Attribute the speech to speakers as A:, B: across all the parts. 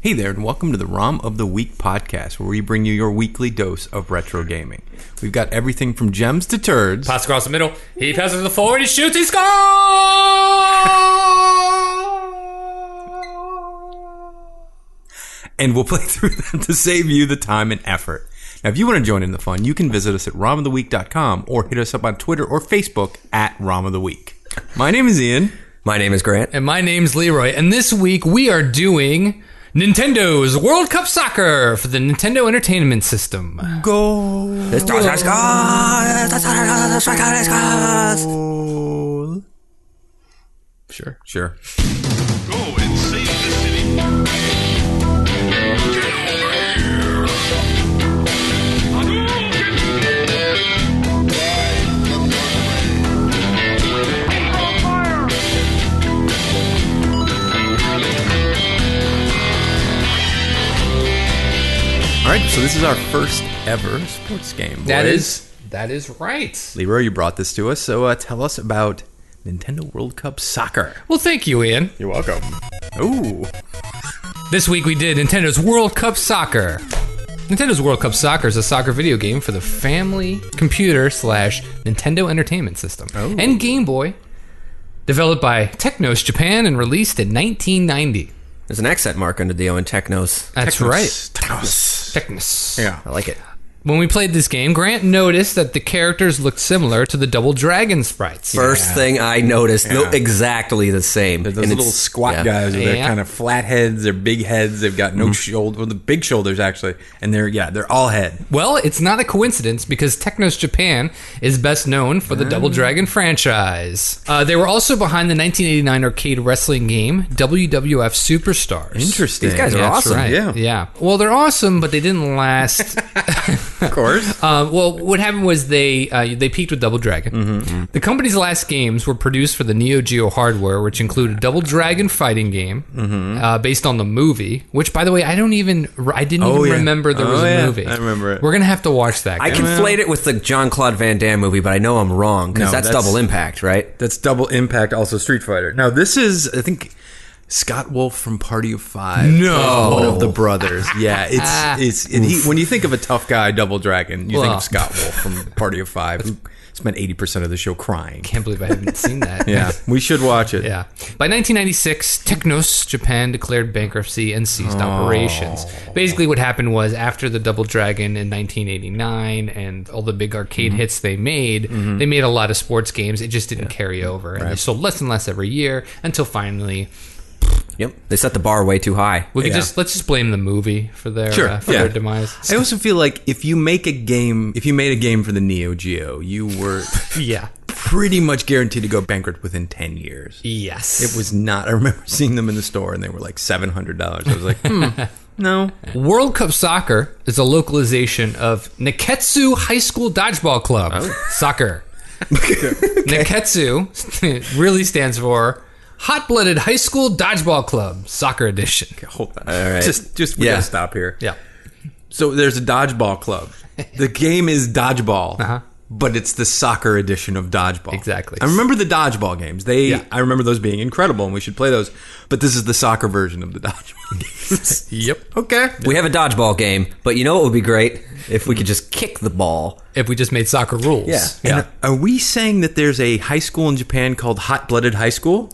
A: Hey there, and welcome to the ROM of the Week podcast, where we bring you your weekly dose of retro gaming. We've got everything from gems to turds.
B: Pass across the middle. He passes to the forward. He shoots. He scores.
A: and we'll play through them to save you the time and effort. Now, if you want to join in the fun, you can visit us at romoftheweek.com or hit us up on Twitter or Facebook at Rom of the Week. My name is Ian.
C: My name is Grant.
B: and my name's Leroy. And this week we are doing Nintendo's World Cup Soccer for the Nintendo Entertainment System.
A: Goal.
B: Sure.
A: Sure.
D: Go and save the city. Get over here.
A: All right, so this is our first ever sports game. Boys.
B: That is that is right.
A: Leroy, you brought this to us, so uh, tell us about Nintendo World Cup Soccer.
B: Well, thank you, Ian.
A: You're welcome. Ooh.
B: This week we did Nintendo's World Cup Soccer. Nintendo's World Cup Soccer is a soccer video game for the family computer slash Nintendo Entertainment System and Game Boy, developed by Technos Japan and released in 1990.
C: There's an accent mark under the O in Technos.
B: That's right,
A: Technos.
B: Technos.
A: Yeah.
C: I like it.
B: When we played this game, Grant noticed that the characters looked similar to the Double Dragon sprites.
C: First thing I noticed, no,
A: Yeah.
C: exactly the same.
A: They're those
C: And
A: little
C: it's-
A: squat
C: yeah.
A: guys. They're
B: Yeah.
A: kind of flat heads. They're big heads. They've got
C: Mm-hmm.
A: no shoulder. Well, the big shoulders actually, and they're yeah, they're all head.
B: Well, it's not a coincidence because Technos Japan is best known for the
C: Ah.
B: Double Dragon franchise. Uh, they were also behind the 1989 arcade wrestling game WWF Superstars.
A: Interesting.
C: These guys are
B: That's
C: awesome.
B: right,
A: yeah.
B: yeah. Well, they're awesome, but they didn't last.
A: of course.
B: Um, well, what happened was they uh, they peaked with Double Dragon.
A: Mm-hmm.
B: The company's last games were produced for the Neo Geo hardware, which included Double Dragon fighting game
A: Mm-hmm.
B: uh, based on the movie. Which, by the way, I don't even I didn't
A: Oh,
B: even
A: yeah.
B: remember there was
A: Oh,
B: a
A: yeah.
B: movie.
A: I remember it.
B: We're gonna have to watch that.
C: I
B: guys.
C: conflate it with the John Claude Van Damme movie, but I know I'm wrong because
A: No,
C: that's,
A: that's-
C: Double Impact, right?
A: That's double impact. Also Street Fighter. Now this is I think Scott Wolf from Party of Five.
B: No.
A: one of the brothers. Yeah, it's it's and he, when you think of a tough guy, Double Dragon, you think
B: Well.
A: of Scott Wolf from Party of Five. who spent eighty percent of the show crying.
B: can't believe I haven't seen that.
A: Yeah, we should watch it.
B: Yeah. By 1996, Technos Japan declared bankruptcy
A: Oh.
B: and ceased operations. Basically, what happened was after the Double Dragon in 1989 and all the big arcade
A: Mm-hmm.
B: hits they made, they made a lot of sports games. It just didn't carry over, and they sold less and less every year until finally
C: Yep. They set the bar way too high.
B: we could
A: Yeah.
B: just let's just blame the movie for their
A: Sure,
B: uh, for
A: yeah.
B: their demise.
A: I also feel like if you make a game, if you made a game for the Neo Geo, you were
B: Yeah.
A: pretty much guaranteed to go bankrupt within 10 years.
B: Yes.
A: It was not, I remember seeing them in the store and they were like $700. I was like, hmm, no.
B: World Cup Soccer is a localization of Niketsu High School Dodgeball Club soccer. Niketsu really stands for Hot Blooded High School Dodgeball Club Soccer Edition.
A: Hold on.
C: right.
A: Just, just, we
C: Yeah.
A: gotta stop here.
B: Yeah.
A: So there's a dodgeball club. The game is dodgeball,
B: Uh-huh.
A: but it's the soccer edition of dodgeball.
B: Exactly.
A: I remember the dodgeball games. They,
B: Yeah.
A: I remember those being incredible, and we should play those. But this is the soccer version of the dodgeball games.
B: Yep.
A: okay.
C: We have a dodgeball game, but you know what would be great if we could just kick the ball.
B: If we just made soccer rules.
C: Yeah.
A: And are we saying that there's a high school in Japan called Hot Blooded High School?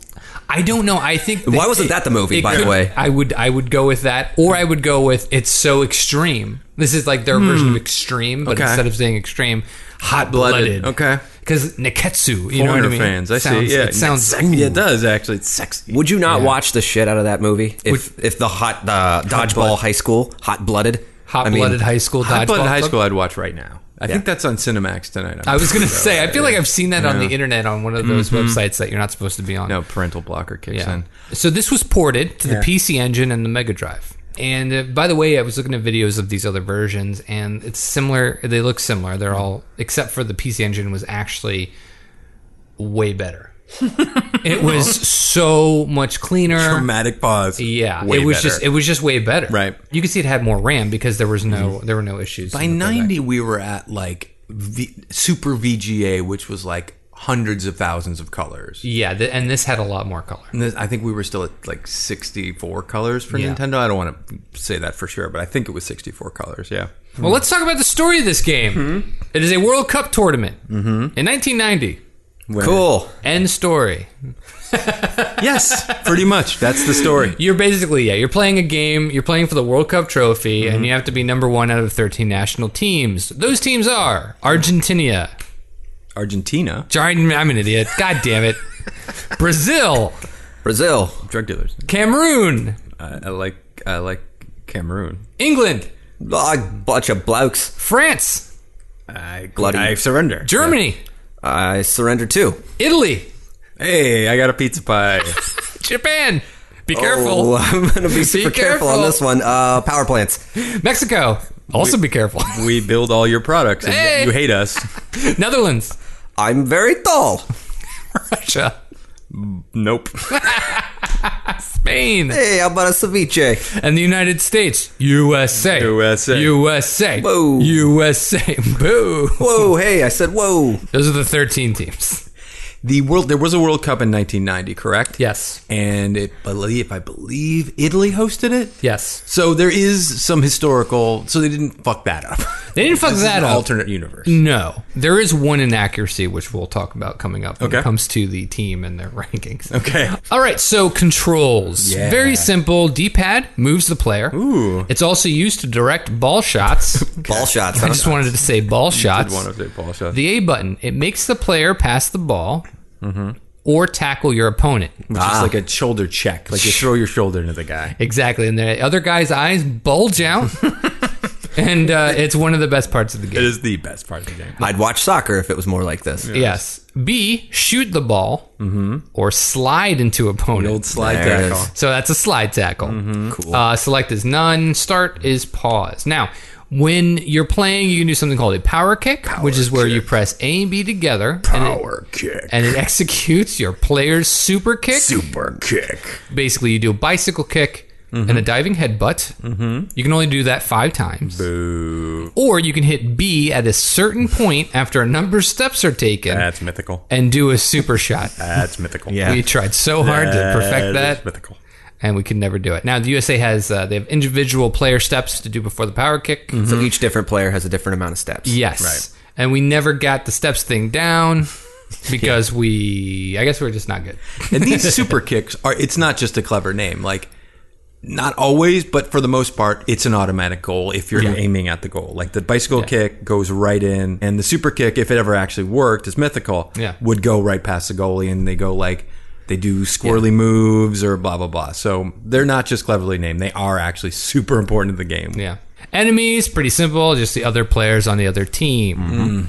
B: I don't know. I think
C: Why wasn't that the movie,
B: it
C: by
B: could-
C: the way?
B: I would I would go with that or I would go with it's so extreme. This is like their version of extreme, but
A: Okay.
B: instead of saying extreme, hot blooded.
A: Okay.
B: Because Niketsu, you know what
A: Foreigner
B: I mean?
A: fans, I
B: sounds,
A: see. Yeah,
B: It sounds
A: sexy. Yeah, it does actually. It's sexy.
C: Would you not watch the shit out of that movie if, if the hot the dodgeball
A: blood.
C: high school hot blooded
B: Hot blooded high school
A: Hot
B: dodgeball.
A: Blooded High
B: club?
A: School? I'd watch right now. I think that's on Cinemax tonight. I'm
B: I was gonna
A: sure.
B: say. I feel like I've seen that on the internet on one of those websites that you're not supposed to be on.
A: Mm-hmm. no parental blocker kicks
B: Yeah.
A: in.
B: So this was ported to
A: Yeah.
B: the PC Engine and the Mega Drive. And uh, by the way, I was looking at videos of these other versions, and it's similar. They look similar. They're all except for the PC Engine was actually way better. it was so much cleaner.
A: Dramatic pause.
B: Yeah,
A: Way
B: it was
A: better.
B: just it was just way better.
A: Right. Mm-hmm.
B: You could see it had more RAM because there was no there were no issues
A: by
B: in the playback.
A: ninety. We were at like v- Super VGA, which was like hundreds of thousands of colors.
B: Yeah, th- and this had a lot more color.
A: And this- I think we were still at like 64 colors for
B: Yeah.
A: Nintendo. I don't want to say that for sure, but I think it was 64 colors. Yeah.
B: Well, let's talk about the story of this game.
A: Mm-hmm.
B: It is a World Cup tournament in 1990.
A: When-
C: Cool.
B: End story.
A: Yes, pretty much. That's the story.
B: You're basically yeah. You're playing a game. You're playing for the World Cup trophy,
A: Mm-hmm.
B: and you have to be number one out of 13 national teams. Those teams are Argentina.
A: Argentina,
B: Jar- I'm an idiot. God damn it. Brazil,
C: Brazil.
A: drug dealers.
B: Cameroon,
A: I, I like I like Cameroon.
B: England,
C: Ah, bunch of blokes.
B: France,
A: I
C: Bloody-
A: I surrender.
B: Germany,
C: I surrender too.
B: Italy,
A: Hey, I got a pizza pie.
B: Japan. Be careful.
C: Oh, I'm going to be super careful. on
B: careful.
C: this one. Uh, power plants.
B: Mexico. Also be careful.
A: we build all your products, and
B: Hey.
A: you hate us.
B: Netherlands,
C: I'm very tall.
B: Russia,
A: Nope.
B: Spain,
C: Hey, how about a ceviche?
B: and the United States. USA.
A: USA.
B: USA.
C: Whoa.
B: USA. Boo.
C: Whoa, hey, I said whoa.
B: Those are the 13 teams.
A: The world. There was a World Cup in 1990, correct?
B: Yes.
A: And it, believe I believe Italy hosted it.
B: Yes.
A: So there is some historical. So they didn't fuck that up.
B: They didn't fuck
A: This is
B: that
A: an
B: up. Mm.
A: alternate universe.
B: No. There is one inaccuracy, which we'll talk about coming up when it
A: Okay.
B: comes to the team and their rankings.
A: Okay.
B: All right, so controls.
A: Yeah.
B: Very simple. D pad moves the player.
A: Ooh.
B: It's also used to direct ball shots.
C: Ball shots,
B: I
C: huh?
B: just wanted to say ball shots.
A: One of the Paul shots.
B: The A button, it makes the player pass the ball
A: Mm-hmm.
B: or tackle your opponent.
A: Which is like a shoulder check. Like you throw your shoulder into the guy.
B: Exactly. And the other guy's eyes bulge out. and uh, it's one of the best parts of the game.
A: It is the best part of the game.
C: I'd watch soccer if it was more like this.
B: Yes. B, shoot the ball or slide into opponent.
A: Old slide
C: There it
A: tackle.
C: is.
B: So that's a slide tackle.
C: Cool.
B: Uh, select is none. Start is pause. Now, when you're playing, you can do something called a power kick, which is where you press A and B together. Power and it,
A: kick.
B: And it executes your player's super kick.
A: Super kick.
B: Basically, you do a bicycle kick and a diving headbutt. Mm-hmm. You can only do that five times. Or you can hit B at a certain point after a number of steps are taken
A: That's mythical.
B: and do a super shot.
A: That's mythical.
C: Yeah.
B: We tried so hard to perfect
A: is
B: that,
A: mythical.
B: and we could never do it. Now the USA has uh, they have individual player steps to do before the power kick.
A: Mm-hmm.
C: So each different player has a different amount of steps.
B: Yes, and we never got the steps thing down because we I guess we are just not good.
A: And these super kicks are it's not just a clever name. Like not always, but for the most part, it's an automatic goal if you're aiming at the goal. Like the bicycle kick goes right in, and the super kick, if it ever actually worked, is mythical,
B: Yeah.
A: would go right past the goalie and they go like they do squirrely moves or blah blah blah. So they're not just cleverly named; they are actually super important to the game.
B: Yeah. Enemies, pretty simple, just the other players on the other team.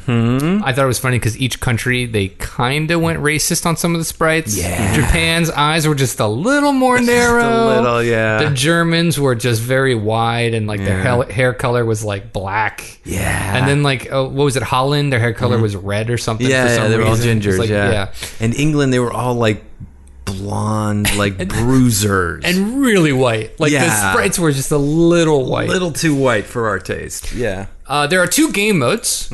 B: Mm-hmm. I thought it was funny because each country, they kind of went racist on some of the sprites. Yeah. Japan's eyes were just a little more narrow.
A: little, yeah.
B: The Germans were just very wide and like their hel- hair color was like black.
A: Yeah. Mm-hmm.
B: And then like, oh, what was it, Holland? Their hair color was red or something.
A: Yeah,
B: for
A: yeah,
B: some
A: they were all
B: reason. It was
A: gingers.
B: like-
A: yeah. and England, they were all like blonde, like bruisers,
B: And really white. Like the
A: Yeah.
B: sprites were just a little white.
A: a little too white for our taste.
C: Yeah.
B: Uh, there are two game modes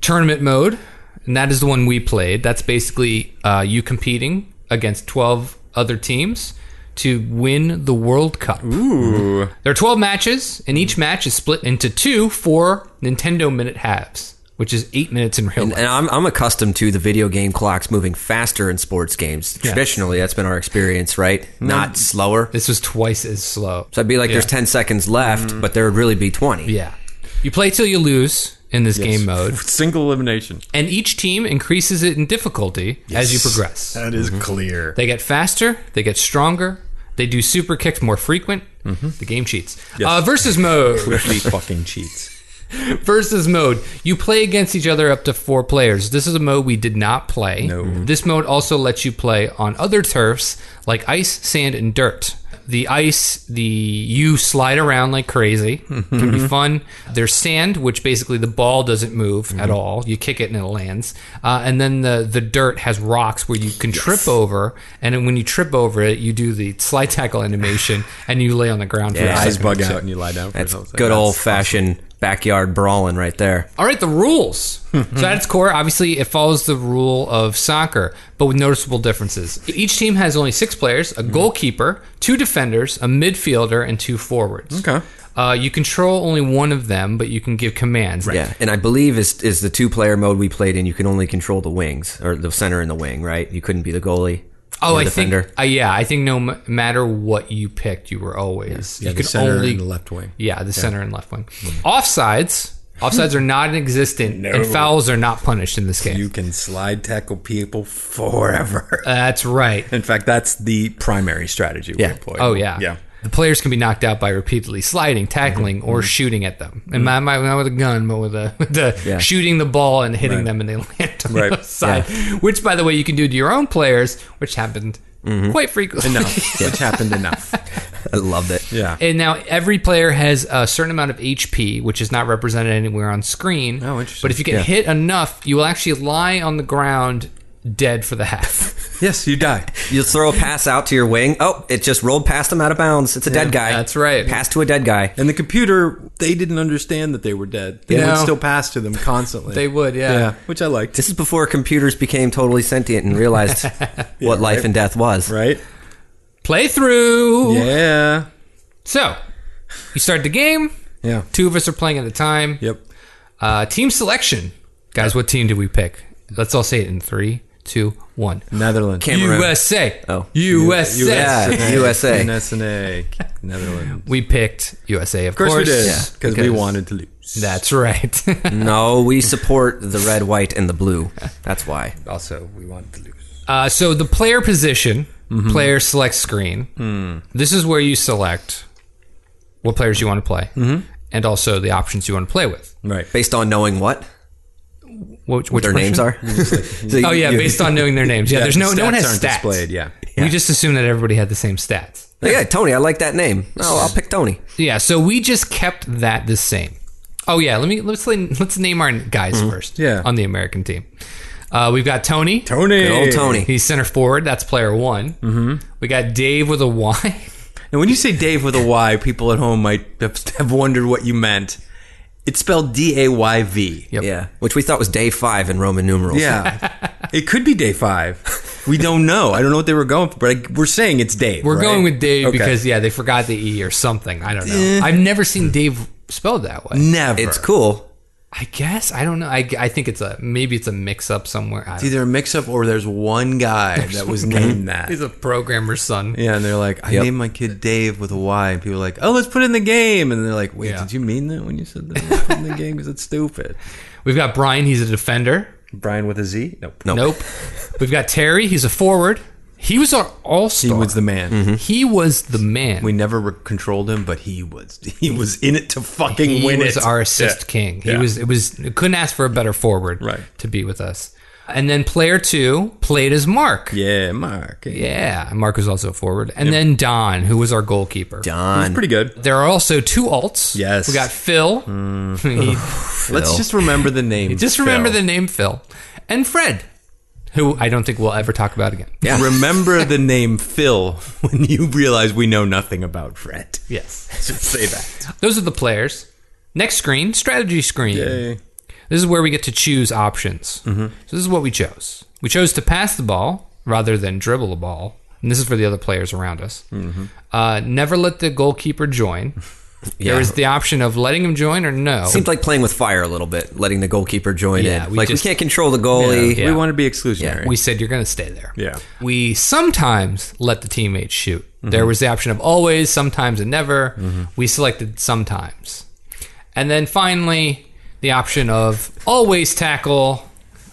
B: tournament mode, and that is the one we played. That's basically uh, you competing against 12 other teams to win the World Cup.
A: Ooh,
B: There are 12 matches, and each match is split into two four Nintendo minute halves, which is eight minutes in real life.
C: And I'm, I'm accustomed to the video game clocks moving faster in sports games. Traditionally, that's been our experience, right?
B: Mm-hmm.
C: Not slower.
B: This was twice as slow.
C: So I'd be like, there's 10 seconds left, but there would really be 20.
B: Mm-hmm. yeah. You play till you lose in this game mode,
A: single elimination.
B: and each team increases it in difficulty as you progress.
E: That is
A: Mm-hmm.
E: clear.
B: They get faster. They get stronger. They do super kicks more frequent.
A: Mm-hmm.
B: The game cheats. Uh, versus mode.
A: He fucking cheats.
B: versus mode. You play against each other up to four players. This is a mode we did not play. Mm-hmm.
A: No.
B: This mode also lets you play on other turfs like ice, sand, and dirt. The ice, the you slide around like crazy. Can be fun. There's sand, which basically the ball doesn't move at all. You kick it and it lands. Uh, and then the the dirt has rocks where you can trip over. And then when you trip over it, you do the slide tackle animation and you lay on the ground. for a
A: Eyes
B: second.
A: bug out and you lie down. For
C: That's
A: something.
C: good old fashioned backyard brawling right there.
B: All right, the rules. so at its core, obviously, it follows the rule of soccer, but with noticeable differences. Each team has only six players:
A: Hmm.
B: a goalkeeper, two defenders, a midfielder, and two forwards.
A: Okay.
B: Uh, you control only one of them, but you can give commands.
C: Yeah, and I believe is is the two player mode we played in. You can only control the wings or the center and the wing, right? You couldn't be the goalie.
B: Oh,
C: or
B: I
C: defender.
B: think. Uh, yeah, I think no m- matter what you picked, you were always
A: Yeah,
B: you
A: the
B: could
A: center
B: only
A: and the left Hmm. wing.
B: Yeah, the center and left wing. Offsides. Offsides are not existent, and fouls are not punished in this game.
A: You can slide tackle people forever.
B: That's right.
A: In fact, that's the primary strategy we
C: Yeah.
A: employ.
B: Oh yeah.
A: Yeah.
B: The players can be knocked out by repeatedly sliding, tackling,
A: Mm-hmm.
B: or shooting at them. And my, my, not with a gun, but with a with the
C: Yeah.
B: shooting the ball and hitting
A: Right.
B: them, and they land on
A: Right.
B: the side. Which, by the way, you can do to your own players, which happened
A: Mm-hmm.
B: quite frequently.
A: Enough. Which happened enough.
C: I loved it.
A: Yeah.
B: And now every player has a certain amount of HP, which is not represented anywhere on screen.
A: Oh, interesting.
B: But if you get
A: Yeah.
B: hit enough, you will actually lie on the ground dead for the half.
A: yes, you die.
C: You throw a pass out to your wing. Oh, it just rolled past him out of bounds. It's a dead guy.
B: that's right.
C: Pass to a dead guy.
A: And the computer, they didn't understand that they were dead. They
B: No.
A: would still pass to them constantly.
B: They would, yeah.
A: which I liked.
C: This is before computers became totally sentient and realized what life
A: right.
C: and death was.
A: Right?
B: Playthrough.
A: Yeah.
B: So you start the game.
A: Yeah.
B: Two of us are playing at a time.
A: Yep.
B: Uh, team selection, guys. What team did we pick? Let's all say it in three, two, one.
A: Netherlands.
C: Cameroon.
B: USA.
C: Oh.
B: USA.
C: USA. Yeah, USA.
A: USA. Netherlands.
B: We picked USA, of,
A: Of course, we did.
C: Yeah,
A: because we wanted to lose.
B: That's right.
C: No, we support the red, white, and the blue. That's why.
A: Also, we wanted to lose.
B: uh, so the player position, player select screen. This is where you select what players you want to play, and also the options you want to play with.
A: Right.
C: Based on knowing what
B: Which, which
C: their names
B: person?
C: are. So
B: Oh
C: you-
B: yeah,
C: you-
B: based on knowing their names. Yeah, there's no no one has
A: aren't
B: stats.
A: displayed. Yeah.
B: We just assumed that everybody had the same stats.
C: Yeah, Tony. I like that name. Oh, I'll pick Tony.
B: Yeah, so we just kept that the same. Oh yeah, let me let's let's name our guys first.
A: Yeah.
B: on the American team, uh, we've got Tony.
A: Tony.
C: Good old Tony.
B: he's center forward. That's player one. Mm-hmm. We got Dave with a Y.
A: And when you say Dave with a Y, people at home might have have wondered what you meant. It's spelled D A Y V.
B: Yep.
C: Yeah, which we thought was day five in Roman numerals.
A: Yeah. it could be day five. We don't know. I don't know what they were going for, but I, we're saying it's Dave.
B: We're
A: right?
B: going with Dave
A: Okay.
B: because yeah, they forgot the E or something. I don't know. I've never seen Dave spelled that way.
A: never.
C: it's cool.
B: I guess I don't know. I, I think it's a maybe it's a mix up somewhere. I
A: It's either a mix up or there's one guy that was named that.
B: he's a programmer's son.
A: Yeah, and they're like, I
C: Yep.
A: named my kid Dave with a Y, and people are like, oh, let's put it in the game, and they're like, wait,
B: Yeah.
A: did you mean that when you said that? Let's put it in the game because it's stupid.
B: We've got Brian. He's a defender.
A: Brian with a Z? Nope.
C: No,
B: Nope. We've got Terry. He's a forward. He was our all
A: He
B: star.
A: was the man.
B: He was the man.
A: We never re- controlled him, but he was he was in it to fucking
B: he
A: win
B: was
A: it.
B: our assist
A: Yeah.
B: king. He
A: Yeah.
B: was it was it couldn't ask for a better forward
A: Right.
B: to be with us. And then player two played as Mark.
A: yeah, Mark. Yeah,
B: Yeah, Mark was also a forward. And then Don, who was our goalkeeper.
C: Don.
A: pretty good.
B: There are also two alts.
A: Yes.
B: We got Phil.
A: Let's just remember the name.
B: Just remember
A: Phil.
B: the name Phil. And Fred, who I don't think we'll ever talk about again.
C: Yeah.
A: remember the name Phil when you realize we know nothing about Fred.
B: Yes.
A: Just say that.
B: Those are the players. Next screen, strategy screen. This is where we get to choose options.
A: Mm-hmm.
B: So this is what we chose. We chose to pass the ball rather than dribble the ball, and this is for the other players around us.
A: Mm-hmm.
B: Uh, never let the goalkeeper join.
C: Yeah.
B: There is the option of letting him join or no.
C: Seemed like playing with fire a little bit, letting the goalkeeper join
B: Yeah,
C: in.
B: we
C: like
B: just-
C: we can't control the goalie.
B: Yeah.
A: We want to be exclusionary.
B: we said you're going to stay there.
A: Yeah. Mm-hmm.
B: We sometimes let the teammates shoot. There was the option of always, sometimes, and never. We selected sometimes, and then finally the option of always tackle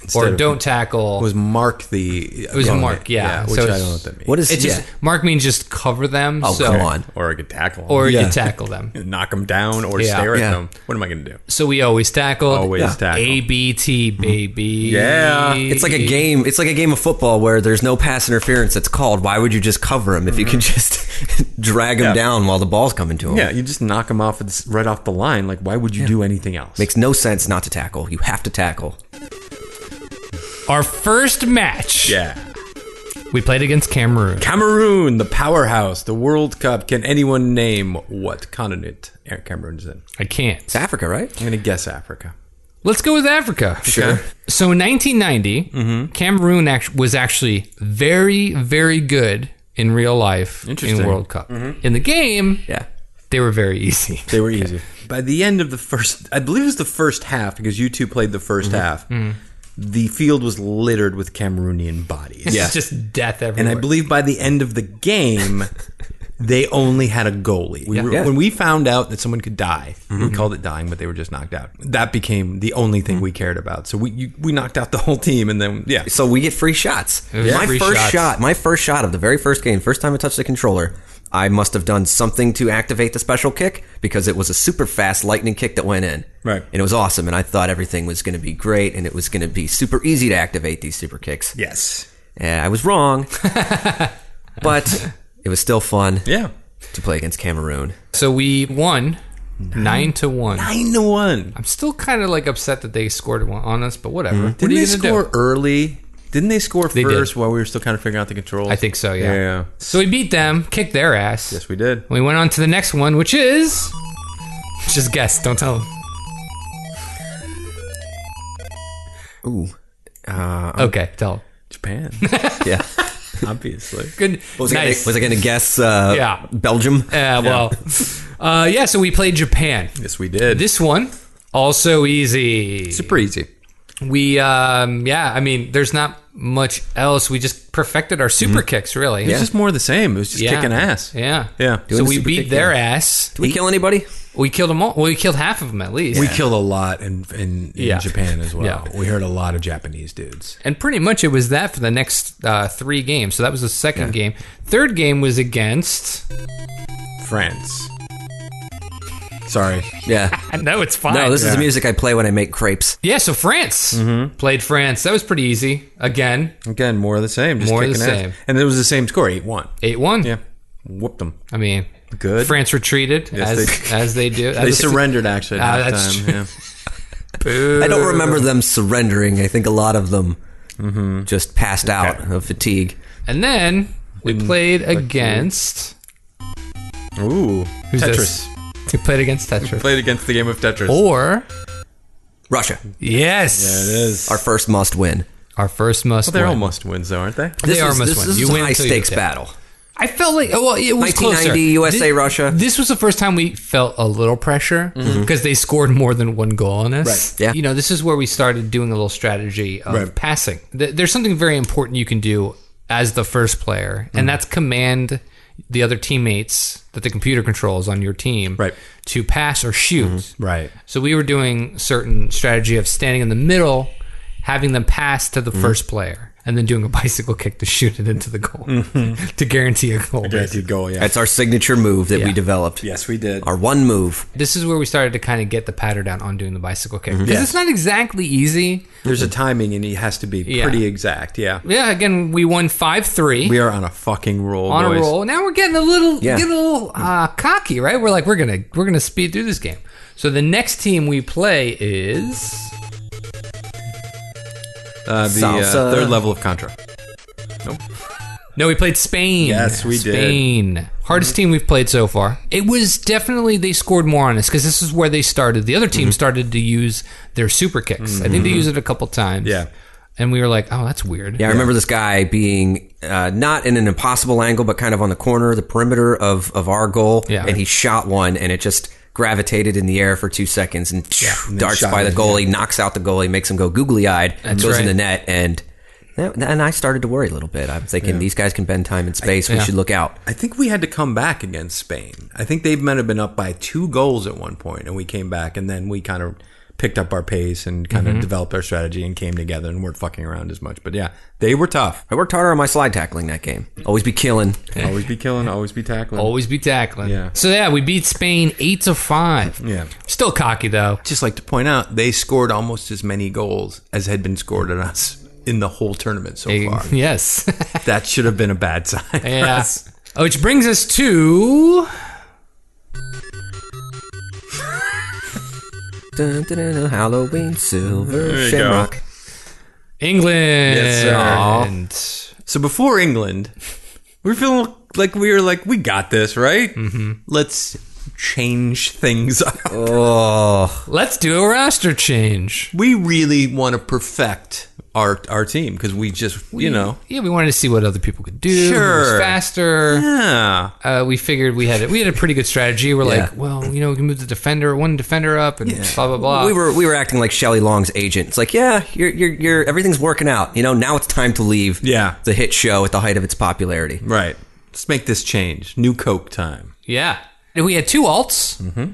A: Instead
B: or
A: of-
B: don't tackle.
A: was Mark the. It
B: was Mark, yeah.
A: which
B: So
A: I
B: it's-
A: don't know what that means.
C: What is
B: It's just
C: yeah.
B: mark means just cover them.
C: Oh
B: so,
C: come on!
A: Or I could tackle him.
B: Or
A: Yeah.
B: you tackle them.
A: knock him down or
B: Yeah.
A: stare at
C: Yeah.
A: them. What am I going to do?
B: So we always tackle.
A: Always tackle.
B: ABT baby.
A: Yeah.
C: It's like a game. It's like a game of football where there's no pass interference that's called. Why would you just cover him if you can just drag him
A: Yeah.
C: down while the ball's coming to him?
A: Yeah, you just knock him off of this- right off the line. Like, why would you do anything else?
C: Makes no sense not to tackle. You have to tackle.
B: Our first match.
A: yeah.
B: We played against Cameroon.
A: Cameroon, the powerhouse, the World Cup. Can anyone name what continent Cameroon's in?
B: I can't.
C: It's Africa, right?
A: I'm going to guess Africa.
B: Let's go with Africa.
C: Sure.
B: So in 1990,
A: Mm-hmm.
B: Cameroon act- was actually very, very good in real life
A: Interesting. Mm-hmm.
B: in World Cup. In the game,
C: Yeah.
B: they were very easy.
A: They were easy. By the end of the first, I believe it was the first half because you two played the 1st
C: Mm-hmm.
A: half.
B: Mm-hmm.
A: The field was littered with Cameroonian bodies.
B: It's just death
A: And
B: everywhere.
A: I believe by the end of the game, they only had a goalie. Mm-hmm. We were-
C: Yeah.
A: When we found out that someone could die, we called it dying, but they were just knocked out. That became the only thing we cared about. So we you, we knocked out the whole team, and then yeah,
C: So we get free shots.
B: was
C: My
B: free
C: first
B: shots.
C: shot, my first shot of the very first game, first time I touched the controller, I must have done something to activate the special kick because it was a super fast lightning kick that went in.
A: Right.
C: And it was awesome. And I thought everything was going to be great and it was going to be super easy to activate these super kicks.
A: yes,
C: And I was wrong. but it was still fun
A: yeah,
C: to play against Cameroon.
B: so we won nine, to one.
A: nine to one.
B: I'm still kind of like upset that they scored one on us, but whatever. What are
A: Mm-hmm. Didn't
B: you
A: they
B: gonna
A: score
B: do?
A: early? Didn't they score
B: did.
A: first while we were still kind of figuring out the controls?
B: I think so. Yeah.
A: Yeah.
B: So we beat them, kicked their ass.
A: Yes, we did.
B: We went on to the next one, which is just guess. Don't tell them.
C: Ooh.
A: Uh, um,
B: Okay, tell them.
A: Japan,
C: Yeah.
A: obviously.
B: Good.
C: Was I
B: nice.
C: gonna- was I going to guess uh,
B: Yeah.
C: Belgium?
B: Yeah, well, uh, yeah. So we played Japan.
A: Yes, we did.
B: This one also easy.
A: super easy.
B: We, um, yeah. I mean, there's not much else. We just perfected our super
A: Mm-hmm.
B: kicks, really.
A: It was just more of the same. It was just
B: Yeah.
A: kicking ass.
B: Yeah.
A: Yeah.
B: so
C: the
B: we
C: super
B: beat
C: kick,
B: their ass.
C: Did we kill anybody?
B: We killed them all. Well, we killed half of them at least.
A: We killed a lot in in, in
B: Yeah.
A: Japan as well.
B: Yeah.
A: We heard a lot of Japanese dudes.
B: and pretty much it was that for the next uh, three games. So that was the second game. Third game was against.
A: France. Sorry.
C: Yeah.
B: No, it's fine.
C: No, this is
A: Yeah.
C: the music I play when I make crepes.
B: yeah. So France
A: Mm-hmm.
B: played France. That was pretty easy. Again,
A: Again, more of the same. Just
B: More of the
A: kicking ass.
B: same.
A: And it was the same score, 8 1.
B: eight one.
A: Yeah. Whooped them.
B: I mean,
A: Good.
B: France retreated
A: Yes,
B: as
A: they-
B: as they do.
A: They surrendered, actually,
B: Ah,
A: at
B: that's
A: halftime.
B: true.
A: Yeah.
C: I don't
B: Uh.
C: remember them surrendering. I think a lot of them
B: Mm-hmm.
C: just passed out of fatigue.
B: And then we played against.
A: Ooh.
B: Who's
A: Tetris.
B: this? Oh. We played against Tetris.
A: Played against the game of Tetris.
B: or
C: Russia,
B: yes,
A: is.
C: our first must win.
B: our first must.
A: They're
B: win.
A: almost wins, though, aren't they?
B: They
C: This
B: are
C: is,
B: must
C: this
B: win.
C: Is
B: You
C: a
B: win
C: high
B: until you
C: stakes
B: get there.
C: battle.
B: I felt like oh, well, it was
C: 1990
B: closer.
C: USA,
B: Thi-
C: Russia. Mm-hmm.
B: This was the first time we felt a little pressure because they scored more than one goal on us.
C: Right. Yeah.
B: You know, this is where we started doing a little strategy of
A: Right.
B: passing. Th- There's something very important you can do as the first player,
C: Mm-hmm.
B: and that's command the other teammates that the computer controls on your team
A: Right.
B: to pass or shoot.
C: Mm-hmm.
A: Right.
B: So we were doing certain strategy of standing in the middle, having them pass to the
A: Mm-hmm.
B: first player, and then doing a bicycle kick to shoot it into the goal
A: Mm-hmm.
B: to guarantee a goal.
A: Guaranteed goal, yeah.
C: That's our signature move that
B: Yeah.
C: we developed.
A: yes, we did.
C: Our one move.
B: This is where we started to kind of get the pattern down on doing the bicycle kick because
A: Yes.
B: it's not exactly easy.
A: There's a timing, and it has to be
B: Yeah.
A: pretty exact. Yeah.
B: Yeah, again, we won five three.
A: We are on a fucking roll,
B: on
A: boys.
B: a roll. Now we're getting a little
C: Yeah.
B: getting a little uh, cocky, right? We're like, we're gonna we're gonna speed through this game. So the next team we play is
A: Uh, the uh,
C: Salsa.
A: third level of Contra.
B: No, we played Spain.
A: Yes, we did. Mm-hmm.
B: Spain. Hardest team we've played so far. It was definitely they scored more on us because this is where they started. The other
A: Mm-hmm.
B: team started to use their super kicks. I think they used it a couple times.
A: Yeah.
B: And we were like, oh, that's weird.
C: Yeah, I remember this guy being uh, not in an impossible angle, but kind of on the corner, the perimeter of, of our goal.
B: Yeah.
C: And he shot one, and it just gravitated in the air for two seconds and,
A: And then
C: darts
A: shot
C: by the
A: it,
C: goalie, knocks out the goalie, makes him go googly eyed, goes
B: right.
C: in the net. And and I started to worry a little bit. I'm thinking, these guys can bend time and space. we
B: yeah.
C: should look out.
A: I think we had to come back against Spain. I think they might have been up by two goals at one point, and we came back, and then we kind of picked up our pace and kind
B: Mm-hmm.
A: of developed our strategy and came together and weren't fucking around as much. But yeah, they were tough.
C: I worked harder on my slide tackling that game. Always be killing.
A: Always be killing, always be tackling.
B: Always be tackling.
A: Yeah.
B: So yeah, we beat Spain eight to five.
A: Yeah.
B: Still cocky though.
A: Just like to point out, they scored almost as many goals as had been scored on us in the whole tournament so far.
B: Yes.
A: that should have been a bad sign. for
B: yeah.
A: us.
B: Oh, Which brings us to
C: Dun, dun, dun, dun, Halloween silver
A: you
C: shamrock.
B: England.
A: Yes, sir.
B: And
A: So before England, we were feeling like we were like, we got this, right?
B: Mm-hmm.
A: Let's change things up.
B: Let's do a roster change.
A: We really want to perfect our our team because we just, you know.
B: Yeah, we wanted to see what other people could do. who was
A: Sure.
B: faster.
A: Yeah.
B: uh, we figured we had a, we had a pretty good strategy. We're
C: Yeah.
B: like, well, you know, we can move the defender one defender up and blah blah blah.
C: we were we were acting like Shelley Long's agent. It's like, yeah, you're, you're you're everything's working out. You know, now it's time to leave.
A: Yeah.
C: the hit show at the height of its popularity.
A: Right. Let's make this change. New Coke time.
B: yeah, and we had two alts, mm-hmm.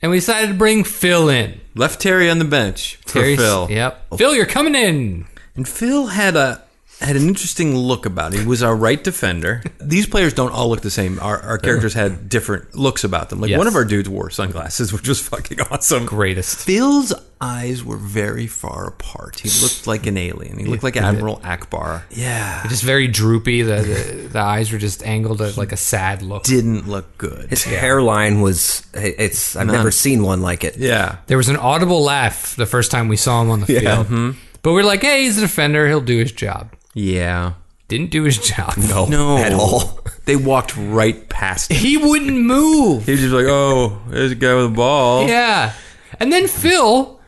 B: and we decided to bring Phil in.
A: Left Terry on the bench for
B: Terry's-
A: Phil.
B: yep. Phil, you're coming in.
A: And Phil had a had an interesting look about it. He was our right defender. These players don't all look the same. Our, our characters had different looks about them. Like
B: Yes.
A: one of our dudes wore sunglasses, which was fucking awesome.
B: Greatest.
A: Phil's eyes were very far apart. He looked like an alien. He looked like Admiral Akbar. Yeah.
B: Just very droopy. The, the the eyes were just angled at like a sad look.
A: Didn't look good.
C: His hairline was it's I've never seen one like it.
A: Yeah.
B: There was an audible laugh the first time we saw him on the field. But we're like, hey, he's a defender. He'll do his job.
A: Yeah.
B: Didn't do his job. No.
A: No.
C: at all.
A: They walked right past him.
B: He wouldn't move.
A: He was just like, oh, there's a guy with a ball.
B: Yeah. And then Phil,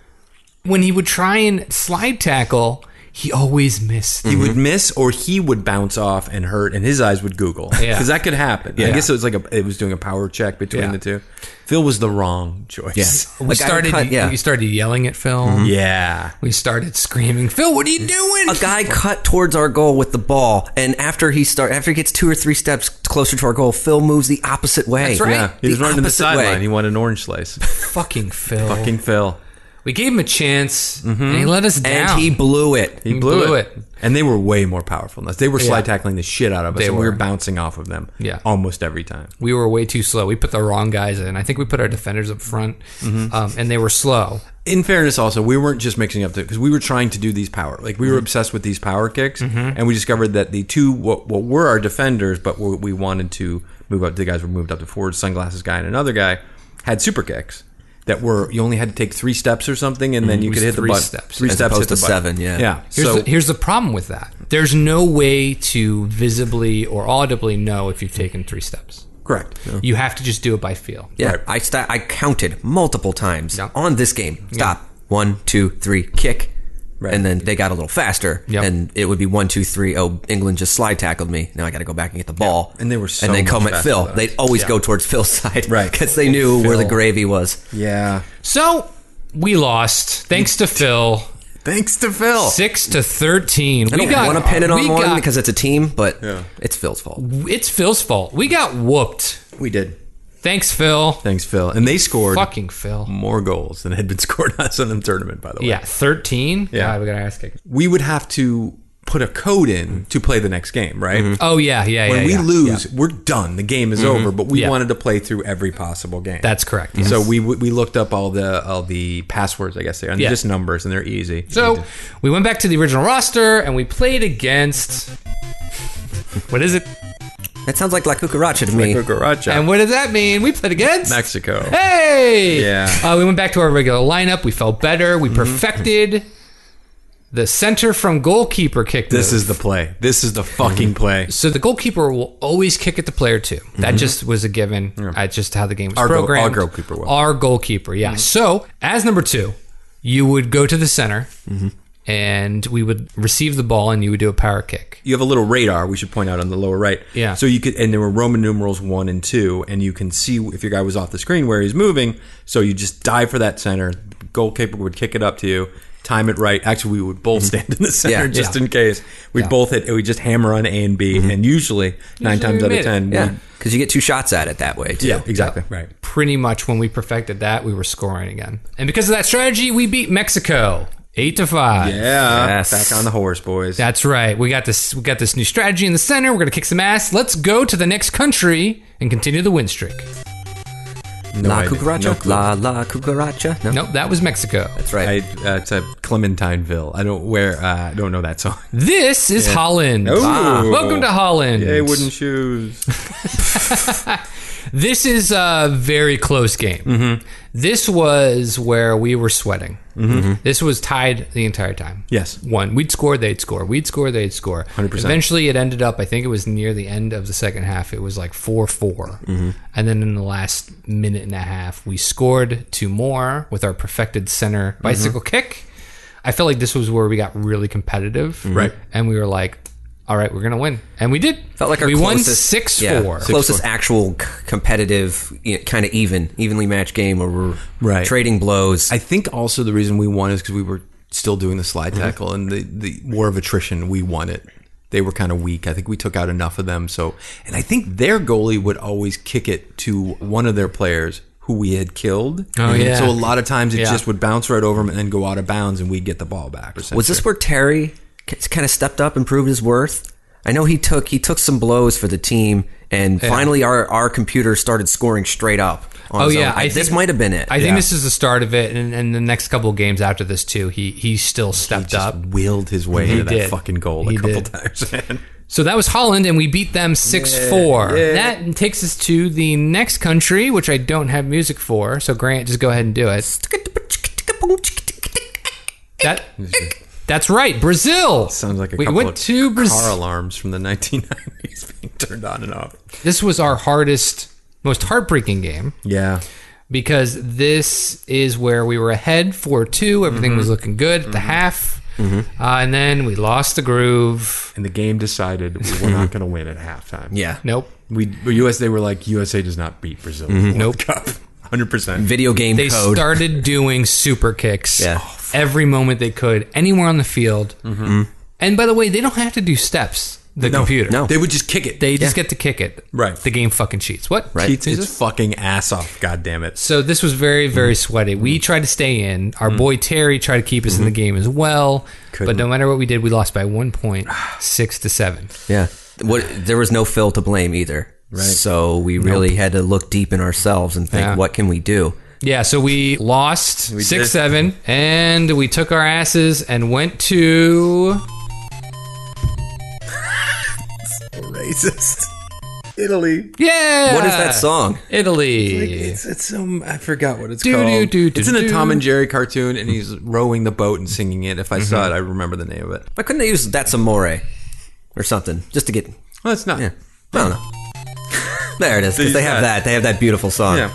B: when he would try and slide tackle, he always
C: Mm.
B: missed.
A: He would miss, or he would bounce off and hurt, and his eyes would Google because
B: Yeah.
A: that could happen. I
B: Yeah.
A: guess it was like a, it was doing a power check between
B: Yeah.
A: the two. Phil was the wrong choice.
B: We
C: Like, I
B: started
C: cut- yeah. Mm-hmm.
B: we started yelling at Phil.
A: yeah.
B: We started screaming, Phil, what are
C: Mm.
B: you doing?
C: A guy cut towards our goal with the ball, and after he start after he gets two or three steps closer to our goal, Phil moves the opposite way.
B: That's right.
A: Yeah, he
C: The
A: was running to the
C: opposite way.
A: sideline. He wanted an orange slice.
B: Fucking Phil.
A: Fucking Phil.
B: We gave him a chance and he let us
C: Mm-hmm. And
B: down.
C: he blew it.
A: He
B: He
A: blew,
B: blew
A: it.
B: it.
A: And they were way more powerful than us. They were slide tackling the shit out of us,
B: They
A: and we
B: were.
A: were bouncing off of them
B: Yeah.
A: almost every time.
B: we were way too slow. We put the wrong guys in. I think we put our defenders up front
C: Mm-hmm.
B: um, and they were slow.
A: in fairness, also we weren't just mixing up because we were trying to do these power like we were obsessed with these power kicks, and we discovered that the two what, what were our defenders, but what we wanted to move up. The guys were moved up to forward, sunglasses guy and another guy had super kicks that were you only had to take three steps or something, and then you
B: It
A: could
B: was
A: hit the
B: three
A: button.
B: steps.
A: three
C: As
A: steps hit
C: opposed
A: the
C: to
A: button.
C: seven, yeah.
A: yeah.
B: Here's,
A: so
B: the, here's the problem with that. There's no way to visibly or audibly know if you've taken three steps.
A: correct.
C: Mm-hmm.
B: You have to just do it by feel.
C: Yeah,
A: Right.
C: I sta I counted multiple times
B: Yeah.
C: on this game. Stop. One, two, three, kick.
A: Right.
C: And then they got a little faster,
B: Yep.
C: and it would be one, two, three. Oh, England just slide tackled me. Now I got to go back and get the ball.
A: And they were so
C: and they
A: much
C: come at
A: faster
C: Phil.
A: than us.
C: They'd always go towards Phil's side,
A: Right.
C: Because they knew where the
A: Phil.
C: gravy was.
A: Yeah.
B: So we lost, thanks to Phil,
A: Thanks to Phil.
B: six to thirteen.
C: I
B: we
C: don't
B: got
C: want to pin it on
B: we
C: one
B: got-
C: because it's a team, but it's Phil's fault.
B: it's Phil's fault. We got whooped.
A: We did.
B: Thanks, Phil.
A: Thanks, Phil. And they scored
B: Fucking Phil.
A: more goals than had been scored on us in the tournament. By the way,
B: Yeah, thirteen.
A: Yeah.
B: we gotta ask it.
A: we would have to put a code in to play the next game, right?
B: Oh yeah, yeah,
A: When
B: yeah.
A: we
B: yeah. Mm-hmm.
A: lose, we're done. The game is over. But we
B: Yeah.
A: wanted to play through every possible game.
B: That's correct,
A: So
B: yes.
A: we we looked up all the all the passwords, I guess they are, and
B: Yeah.
A: they're just numbers, and they're easy.
B: So we went back to the original roster and we played against. What is it?
C: That sounds like La Cucaracha to me.
A: Cucaracha,
B: And what does that mean? We played against
A: Mexico.
B: Hey!
A: Yeah. Mm-hmm.
B: Uh, we went back to our regular lineup. We felt better. We perfected the center from goalkeeper kick.
A: This
B: move.
A: is the play. This is the fucking play.
B: so the goalkeeper will always kick at the player too. That just was a given. At just how the game was
A: Mm-hmm. Our goal-
B: programmed.
A: our goalkeeper will. Mm-hmm.
B: Our goalkeeper, yeah. So as number two, you would go to the center,
A: Mm-hmm.
B: and we would receive the ball, and you would do a power kick.
A: You have a little radar. We should point out on the lower right.
B: Yeah.
A: So you could, and there were Roman numerals one and two, and you can see if your guy was off the screen where he's moving. So you just dive for that center. Goalkeeper would kick it up to you, time it right. Actually, we would both stand in the center
C: Yeah.
A: just in case. We would both hit. We just hammer on A and B, and usually, nine times
B: we
A: out
B: made
A: of
B: it.
A: ten, we-
C: Yeah, because you get two shots at it that way. Too.
A: yeah, exactly, right.
B: Pretty much when we perfected that, we were scoring again, and because of that strategy, we beat Mexico eight to five.
A: Yeah,
C: Yes.
A: back on the horse, boys.
B: That's right. We got this. We got this new strategy in the center. We're gonna kick some ass. Let's go to the next country and continue the win streak.
A: No
C: La
A: idea. No
C: Cucaracha.
A: clue.
C: la La Cucaracha. No,
B: Nope, that was Mexico.
C: that's right.
A: I, uh, it's a Clementineville. I don't where. Uh, I don't know that song.
B: This is Holland. Ah,
A: Ooh.
B: Welcome to Holland.
A: Hey, wooden shoes.
B: This is a very close game.
C: Mm-hmm.
B: This was where we were sweating.
C: Mm-hmm.
B: This was tied the entire time.
A: Yes.
B: One. We'd score, they'd score. We'd score, they'd score.
A: 100%.
B: Eventually, it ended up, I think it was near the end of the second half, it was like 4 4.
C: Mm-hmm.
B: And then in the last minute and a half, we scored two more with our perfected
C: Mm-hmm.
B: center bicycle kick. I felt like this was where we got really competitive.
C: Mm-hmm.
A: Right.
B: And we were like, all right, we're going to win. And we did.
C: Felt like our
B: we won
C: closest,
B: 6
C: yeah,
B: 4.
C: closest actual c- competitive, kind of even, evenly matched game where we're
A: Right.
C: trading blows.
A: I think also the reason we won is because we were still doing the
B: Mm-hmm.
A: slide tackle and the, the war of attrition. We won it. They were kind of weak. I think we took out enough of them. So, and I think their goalie would always kick it to one of their players who we had killed.
B: Oh, yeah.
A: So a lot of times it
B: Yeah.
A: just would bounce right over them and then go out of bounds, and we'd get the ball back.
C: was this where Terry kind of stepped up and proved his worth? I know he took he took some blows for the team, and finally our, our computer started scoring straight up. On
B: Oh
C: his
B: yeah,
C: own. I, this
B: think-
C: might have been it.
B: I think this is the start of it, and, and the next couple of games after this too, he he still stepped
A: just
B: up.
A: willed his way into that
B: did.
A: fucking goal
B: He
A: a couple
B: did.
A: times?
B: So that was Holland, and we beat them six four. That takes us to the next country, which I don't have music for. So Grant, just go ahead and do it. That that's right, Brazil.
A: Sounds like a
B: we
A: couple
B: went
A: of
B: to
A: car
B: Brazil.
A: alarms from the 1990s being turned on and off.
B: This was our hardest, most heartbreaking game.
A: Yeah.
B: because this is where we were ahead 4 2. Everything
A: Mm-hmm.
B: was looking good at the half. Uh, and then we lost the groove.
E: and the game decided we were not going to win at halftime.
C: yeah.
B: Nope.
E: we US they were like USA does not beat Brazil.
A: Mm-hmm.
B: Nope.
E: Cup, hundred percent.
C: Video game
B: They
C: code.
B: started doing super kicks
C: Yeah.
B: every moment they could, anywhere on the field. And by the way, they don't have to do steps, the computer.
C: Mm-hmm. no.
A: They would just kick it.
B: They just get to kick it.
A: Right.
B: The game fucking cheats. What?
C: Right.
A: Keats his fucking ass off. God damn it.
B: So this was very,
C: Mm-hmm.
B: very sweaty. We tried to stay in. Our boy Terry tried to keep us in the
C: Mm-hmm.
B: game as well. But no matter what we did, we lost by one point, six to seven.
C: yeah. What, there was no Phil to blame either. Right. So we really had to look deep in ourselves and think,
B: Yeah.
C: what can we do?
B: Yeah, so we lost six
A: did.
B: seven, and we took our asses and went to
A: racist. Italy.
B: yeah.
C: What is that song?
B: Italy.
A: It's it's um I forgot what it's
B: Do,
A: called.
B: do, do, do,
A: it's in a
B: do.
A: Tom and Jerry cartoon, and he's rowing the boat and singing it. If I saw it, I remember the name of it.
C: Why couldn't they use That's Amore or something just to get,
A: Well, it's not.
C: yeah. I don't know. there it is. 'cause they have
A: Yeah.
C: that. They have that beautiful song.
A: Yeah.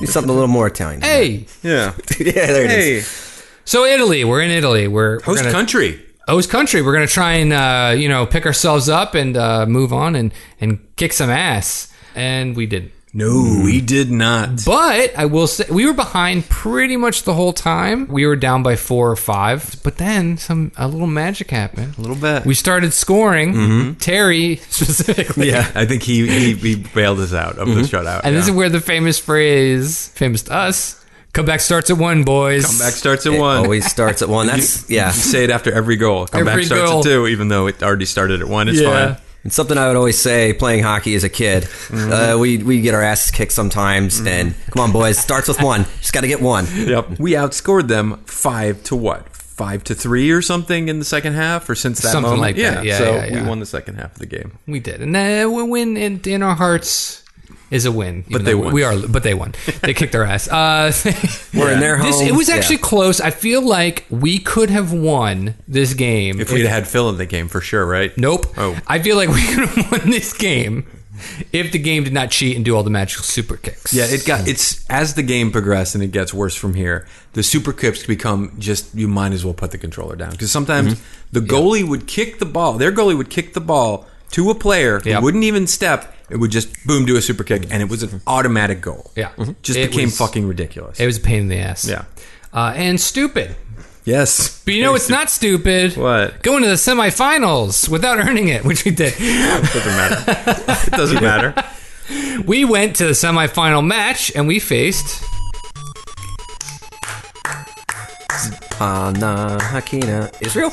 C: Do something a little more Italian.
B: Hey,
A: Yeah.
C: yeah, there it is.
A: Hey,
B: so Italy. We're in Italy. We're
A: host
B: we're gonna,
A: country.
B: host country. We're gonna try and uh, you know pick ourselves up and uh, move on and and kick some ass, and we didn't.
A: No, we did not.
B: But I will say we were behind pretty much the whole time. We were down by four or five, but then some a little magic happened. A
A: little bit. Mm-hmm.
B: We started scoring. Terry specifically.
A: yeah, I think he he, he bailed us out of the shutout.
B: And this is
A: yeah.
B: where the famous phrase, famous to us, comeback starts at one, boys.
A: comeback starts at one.
C: Always starts at one. That's
A: You
C: yeah.
A: say it after every goal. Comeback
B: Every
A: starts
B: goal.
A: at two, even though it already started at one. It's
B: Yeah.
A: fine.
C: And something I would always say playing hockey as a kid. Uh, we we get our asses kicked sometimes, and come on, boys, starts with one. Just got to get one.
A: Yep. We outscored them five to what? Five to three or something in the second half, or since that
B: Something
A: moment.
B: like that. Yeah,
A: so
B: yeah, yeah.
A: we won the second half of the game.
B: We did. And uh, a win in, in our hearts is a win. even
A: they
B: though
A: won.
B: We are, but they won. They kicked their ass. Uh,
C: We're in their home.
B: this, it was
C: Yeah.
B: actually close. I feel like we could have won this game.
A: If we'd had Phil in the game for sure, right?
B: nope.
A: Oh.
B: I feel like we could have won this game if the game did not cheat and do all the magical super kicks.
A: Yeah, it got it's as the game progressed and it gets worse from here. The super kicks become just you might as well put the controller down because sometimes the goalie would kick the ball. Their goalie would kick the ball to a player
B: Yep.
A: who wouldn't even step. It would just boom do a super kick and it was an automatic goal.
B: Yeah. Mhm.
A: just
B: It
A: became
B: was-
A: fucking ridiculous.
B: It was a pain in the ass.
A: Yeah.
B: Uh, and stupid.
A: yes,
B: But you know it's not stupid.
A: What?
B: Going to the semifinals without earning it, which we did.
A: doesn't matter. it doesn't matter.
B: We went to the semifinal match and we faced.
C: Ana Ah, Hakina Israel.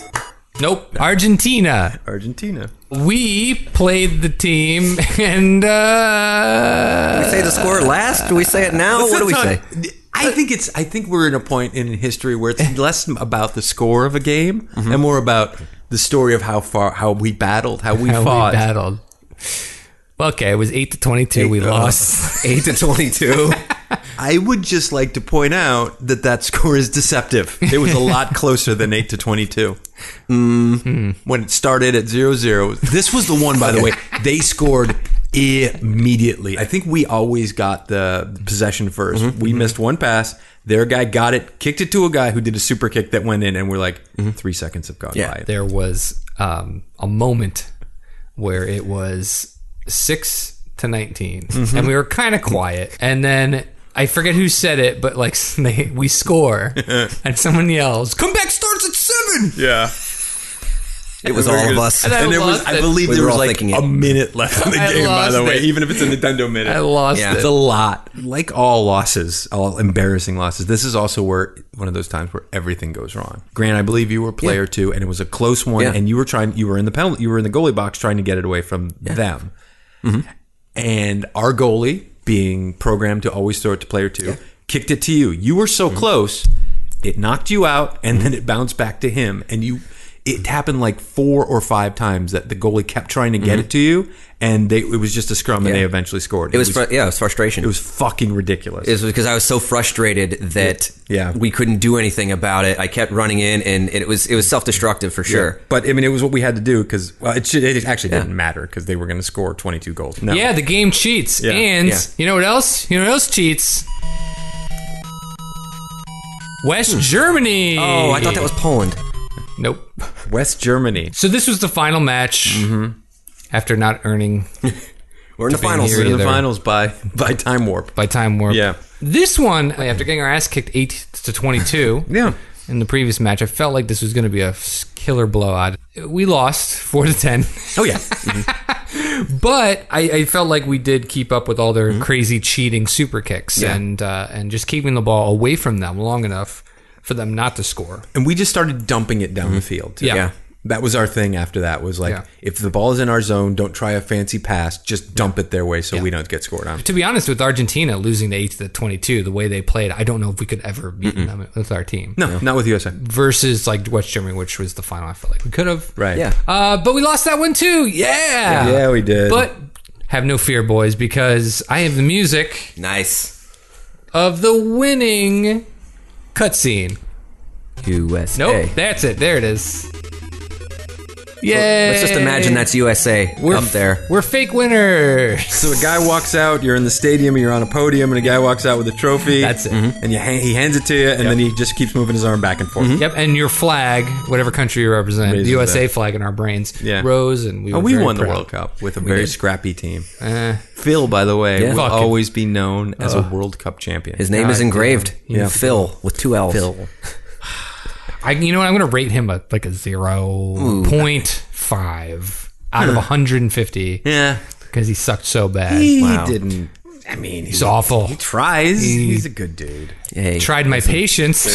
B: Nope. Argentina.
A: Argentina.
B: We played the team and uh
C: We say the score last. Do we say it now? what do we say?
A: I think it's. I think we're in a point in history where it's less about the score of a game and more about the story of how far, how we battled, how we
B: how we
A: fought.
B: battled. Well, okay, it was eight to twenty-two. we lost.
C: uh, Eight to twenty-two.
A: I would just like to point out that that score is deceptive. It was a lot closer than 8 to 22.
C: Hmm.
A: When it started at 0 0. This was the one, by the way, they scored immediately. I think we always got the possession 1st
C: Mm-hmm.
A: We missed one pass. Their guy got it, kicked it to a guy who did a super kick that went in, and we're like, three seconds have gone
C: Mm-hmm. Yeah.
A: by.
B: there was um, a moment where it was six to 19
C: Mm-hmm.
B: and we were kind of quiet. And then I forget who said it, but like they, we score, and someone yells, "Come back, starts at seven.
A: Yeah.
C: It was all of us.
B: And I
A: And there was,
B: lost
A: I
B: it.
A: believe
C: We
A: there
C: were
A: was
C: all
A: like
C: thinking
A: a
C: it.
A: minute left in the
B: I
A: game, by
B: lost
A: the way,
B: it.
A: even if it's a Nintendo minute.
B: I lost
C: Yeah.
A: It's
B: it.
A: a lot. Like all losses, all embarrassing losses, this is also where one of those times where everything goes wrong. Grant, I believe you were player two, and it was a close one,
C: Yeah.
A: and you were trying, you were in the penalty, you were in the goalie box trying to get it away from them.
C: Mm-hmm.
A: And our goalie, being programmed to always throw it to player two, kicked it to you. You were
C: Mm-hmm.
A: so close, it knocked you out, and then it bounced back to him, and you. It happened like four or five times that the goalie kept trying to get it to you, and they, it was just a scrum, and
C: Mm-hmm. Yeah.
A: they eventually scored.
C: It was fr- yeah, it was frustration.
A: It was fucking ridiculous.
C: It was because I was so frustrated that
A: Yeah.
C: we couldn't do anything about it. I kept running in, and it was it was self destructive for sure.
A: But I mean, it was what we had to do because well, it, should, it actually didn't matter because they were going to score 22 goals. No.
B: Yeah, the game cheats.
A: Yeah,
B: and
C: yeah.
B: you know what else? You know what else cheats? West Germany.
C: Hmm. Oh, I thought that was Poland.
B: Nope.
A: West Germany.
B: So this was the final match
C: Mm-hmm.
B: after not earning
C: We're in the finals.
B: here.
A: We're in the
B: Either.
A: finals by by time warp.
B: by time warp.
A: Yeah.
B: This one, after getting our ass kicked eight to twenty-two.
A: Yeah.
B: In the previous match, I felt like this was going to be a killer blowout. We lost four to ten.
A: Oh yeah.
B: but I, I felt like we did keep up with all their
A: Mm-hmm.
B: crazy cheating super kicks and uh, and just keeping the ball away from them long enough for them not to score.
A: and we just started dumping it down the field. too.
B: Yeah. Yeah.
A: That was our thing after that was like
B: Yeah.
A: if the ball is in our zone, don't try a fancy pass, just dump it their way so we don't get scored on.
B: To be honest, with Argentina losing to eight to twenty-two, the way they played, I don't know if we could ever beat them with our team.
A: No, not with USA.
B: Versus like West Germany, which was the final. I felt like we could have.
A: Right.
C: Yeah.
B: Uh, but we lost that one too. Yeah.
A: Yeah, we did.
B: But have no fear, boys, because I have the music
C: Nice.
B: of the winning cutscene.
C: USA.
B: Nope, that's it. There it is. Yeah.
C: Let's just imagine that's USA
B: we're
C: up there.
B: We're fake winners.
A: So a guy walks out, you're in the stadium, you're on a podium, and a guy walks out with a trophy.
B: That's it.
A: And you, ha- he hands it to you, and then he just keeps moving his arm back and forth.
B: Yep, and your flag, whatever country you represent,
A: Raises
B: the USA
A: that.
B: flag in our brains,
A: Yeah.
B: rose, and we. Were
A: Oh, we
B: very
A: won the
B: proud.
A: World Cup with a very
B: did.
A: scrappy team.
B: Eh,
A: Phil, by the way, will
B: Fuck him.
A: always be known as a World Cup champion. Uh,
C: His name is engraved. Phil with two L's. Phil.
B: I, you know what? I'm going to rate him a like a zero point five out of 150
A: yeah,
B: because he sucked so bad.
A: he
C: Wow.
A: didn't. I mean,
B: He's awful.
A: He tries. He's a good dude.
C: Hey,
B: Tried my patience.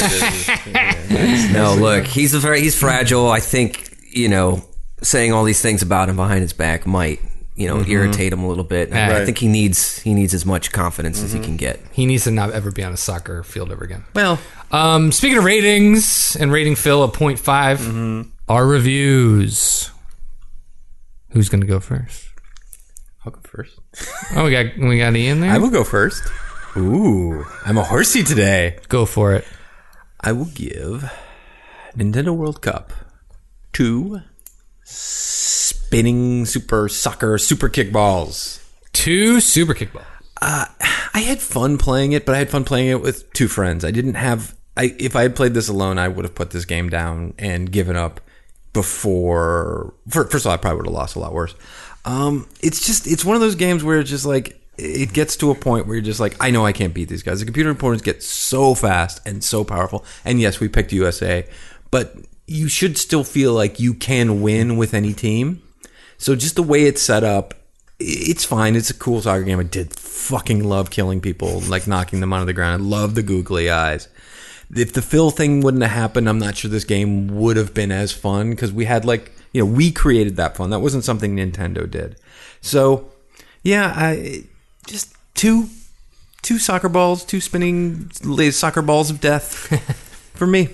C: no, look, he's a very, he's fragile. I think you know saying all these things about him behind his back might you know irritate him a little bit. I- I
B: Right.
C: think he needs he needs as much confidence as he can get.
B: he needs to not ever be on a soccer field ever again.
A: Well,
B: Um, speaking of ratings and rating Phil a 0.5,
E: Mm-hmm.
B: our reviews. Who's going to go first?
A: I'll go first.
B: Oh, we got we got Ian there.
A: I will go first. Ooh, I'm a horsey today.
B: go for it.
A: I will give Nintendo World Cup two spinning super soccer super kick balls.
B: Two super kickball.
A: I had fun playing it, but I had fun playing it with two friends. I didn't have. I if I had played this alone, I would have put this game down and given up before. fir- First of all, I probably would have lost a lot worse. Um, it's just it's one of those games where it's just like it gets to a point where you're just like, I know I can't beat these guys. The computer opponents get so fast and so powerful. And yes, we picked USA, but you should still feel like you can win with any team. So just the way it's set up, it's fine. It's a cool soccer game. I did fucking love killing people, like knocking them onto the ground. I love the googly eyes. If the Phil thing wouldn't have happened, I'm not sure this game would have been as fun because we had like you know we created that fun. That wasn't something Nintendo did. So yeah, I just two two soccer balls, two spinning soccer balls of death for me.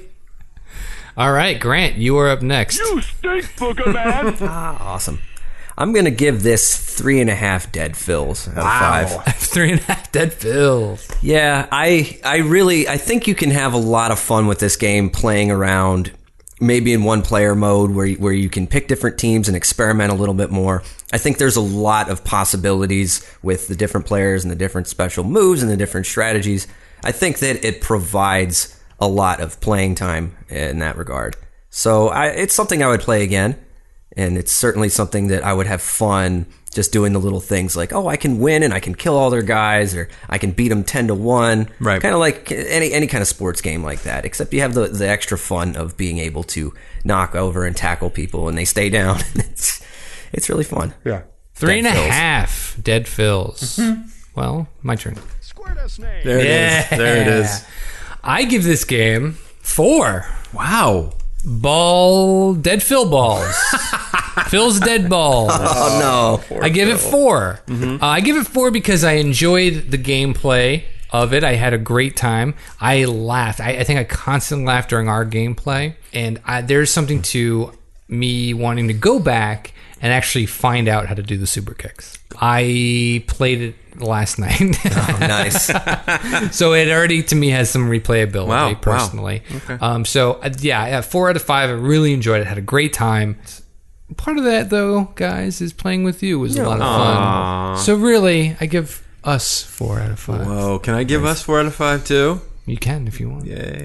B: All right, Grant, you are up next.
D: You stink, Booger Man!
C: Awesome. I'm gonna give this three and a half dead fills out of five.
B: Three and a half dead fills.
C: Yeah, I I really I think you can have a lot of fun with this game playing around maybe in one player mode where you- where you can pick different teams and experiment a little bit more. I think there's a lot of possibilities with the different players and the different special moves and the different strategies. I think that it provides a lot of playing time in that regard. So I, it's something I would play again and it's certainly something that I would have fun just doing the little things like, oh, I can win and I can kill all their guys, or I can beat them ten to one.
A: Right.
C: Kind of like any any kind of sports game like that, except you have the the extra fun of being able to knock over and tackle people, and they stay down. it's it's really fun.
E: Yeah.
B: Three and a
C: Dead fills.
B: half dead fills. Well, my turn.
E: There it is. There it is.
B: I give this game four
A: Wow.
B: ball dead fill balls. Phil's dead balls.
C: Oh, no,
B: I give it 4 Uh, I give it four because I enjoyed the gameplay of it. I had a great time. I laughed. I, I think I constantly laughed during our gameplay, and I, there's something to me wanting to go back and actually find out how to do the super kicks. I played it last night.
C: nice.
B: so it already to me has some replayability
A: Wow, wow.
B: personally. Um, so uh, yeah, yeah, four out of five. I really enjoyed it. Had a great time. Part of that though, guys, is playing with you was a lot of fun. So really, I give us four out of five.
A: Oh, can I give us four out of five too?
B: You can if you want. Yeah.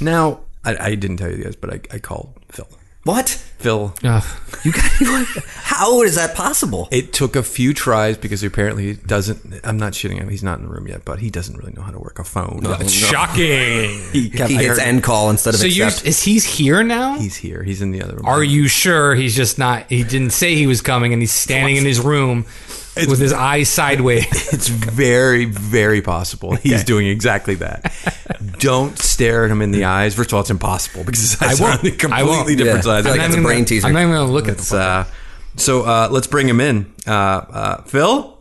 A: Now, I, I didn't tell you guys, but I, I called Phil.
C: what?
A: Phil,
C: You got? You like, how is that possible?
A: it took a few tries because apparently he doesn't. I'm not shitting him. He's not in the room yet, but he doesn't really know how to work a phone.
B: shocking.
A: He, kept-
C: he
A: I heard-
C: hits end call instead of
B: so you
C: accept.
B: is he's here now?
A: He's here. He's in the other room.
B: Are you sure he's just not? He didn't say he was coming, and he's standing in his room with his eyes sideways.
A: It's very, very possible. He's doing exactly that. Don't stare at him in the eyes. First of all, it's impossible because his eyes are on the
B: I won't.
A: completely different
C: Yeah.
A: sides.
C: I feel like
B: I'm
C: it's a
B: not
C: brain
B: even-
C: teaser.
B: I'm not even gonna look at
A: It's,
B: the
A: uh, so uh, let's bring him in. Uh, uh, Phil?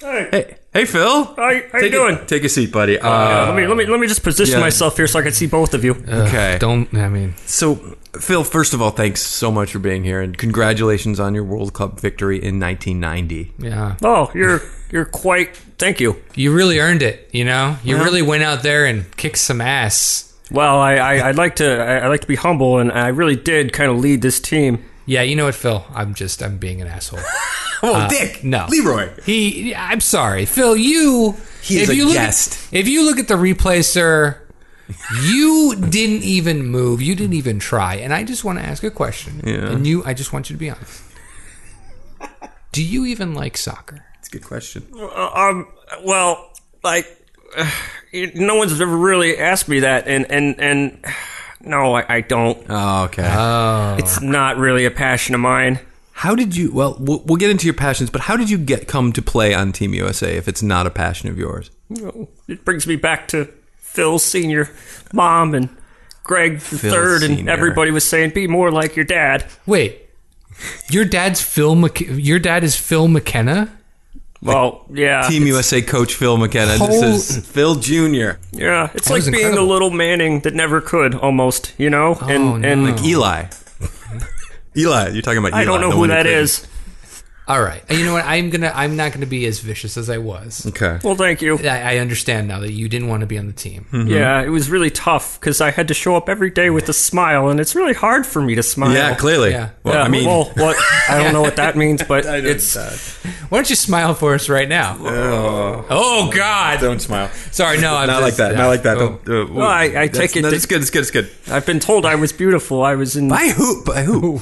F: Hey.
A: Hey, hey, Phil.
F: How you- how you
A: Take a-
F: doing?
A: take a seat,
B: Oh,
A: buddy. Uh,
F: let me let me let me just position
A: yeah.
F: myself here so I can see both of you.
A: okay.
B: Don't. I mean,
A: So, Phil, first of all, thanks so much for being here, and congratulations on your World Cup victory in 1990.
B: yeah.
F: oh, you're you're quite. Thank you.
B: you really earned it. You know, you really went out there and kicked some ass.
F: Well, I, I I'd like to I, I like to be humble, and I really did kind of lead this team.
B: Yeah, you know what, Phil? I'm just I'm being an asshole.
A: Oh, Dick.
B: Uh, No,
A: Leroy.
B: He. I'm sorry, Phil. You.
A: He is a
B: you look
A: guest.
B: At, if you look at the replay, sir, you didn't even move. You didn't even try. And I just want to ask a question. Yeah. And you, I just want you to be honest. Do you even like soccer?
A: That's a good question.
F: Uh, um, well, like you- no one's ever really asked me that, and and and no, I, I don't.
A: Oh, okay.
B: Uh,
F: It's not really a passion of mine.
A: how did you? Well, we'll we'll get into your passions, but how did you get come to play on Team USA if it's not a passion of yours?
F: It brings me back to Phil Senior, Mom, and Greg the Third, and
A: Senior.
F: everybody was saying, "Be more like your dad."
B: Wait. Your dad's Phil. McK- your dad is Phil McKenna.
F: Well, yeah,
A: Team USA coach Phil McKenna. This is Phil Jr.
B: Oh.
F: yeah. It's
B: was
F: like being the
B: incredible.
F: little Manning that never could, almost. You know,
A: Oh,
F: and
B: no.
F: and
A: Eli. Eli, you're talking about. Eli,
F: I don't know
A: the
F: who
A: one
F: that
A: couldn't-
F: is.
B: All right. And You know what? I'm gonna. I'm not gonna be as vicious as I was.
A: Okay.
F: Well, thank you.
B: I, I understand now that you didn't want to be on the team.
A: Mm-hmm.
F: Yeah, it was really tough because I had to show up every day with a smile, and it's really hard for me to smile.
A: Yeah, clearly.
B: Yeah.
A: Well,
F: Yeah,
A: I mean,
F: well, what I don't know what that means, but it's
B: Why don't you smile for us right now? oh God!
E: Don't smile.
B: Sorry, no, I'm
E: Not like
B: just-
E: that. Not
B: yeah.
E: like that.
B: Oh.
E: Don't, uh,
F: Well, I- I
E: that's-
F: take it
E: No,
F: that-
E: it's good. It's good. It's good.
F: I've been told I was beautiful. I was in
A: by who? By who?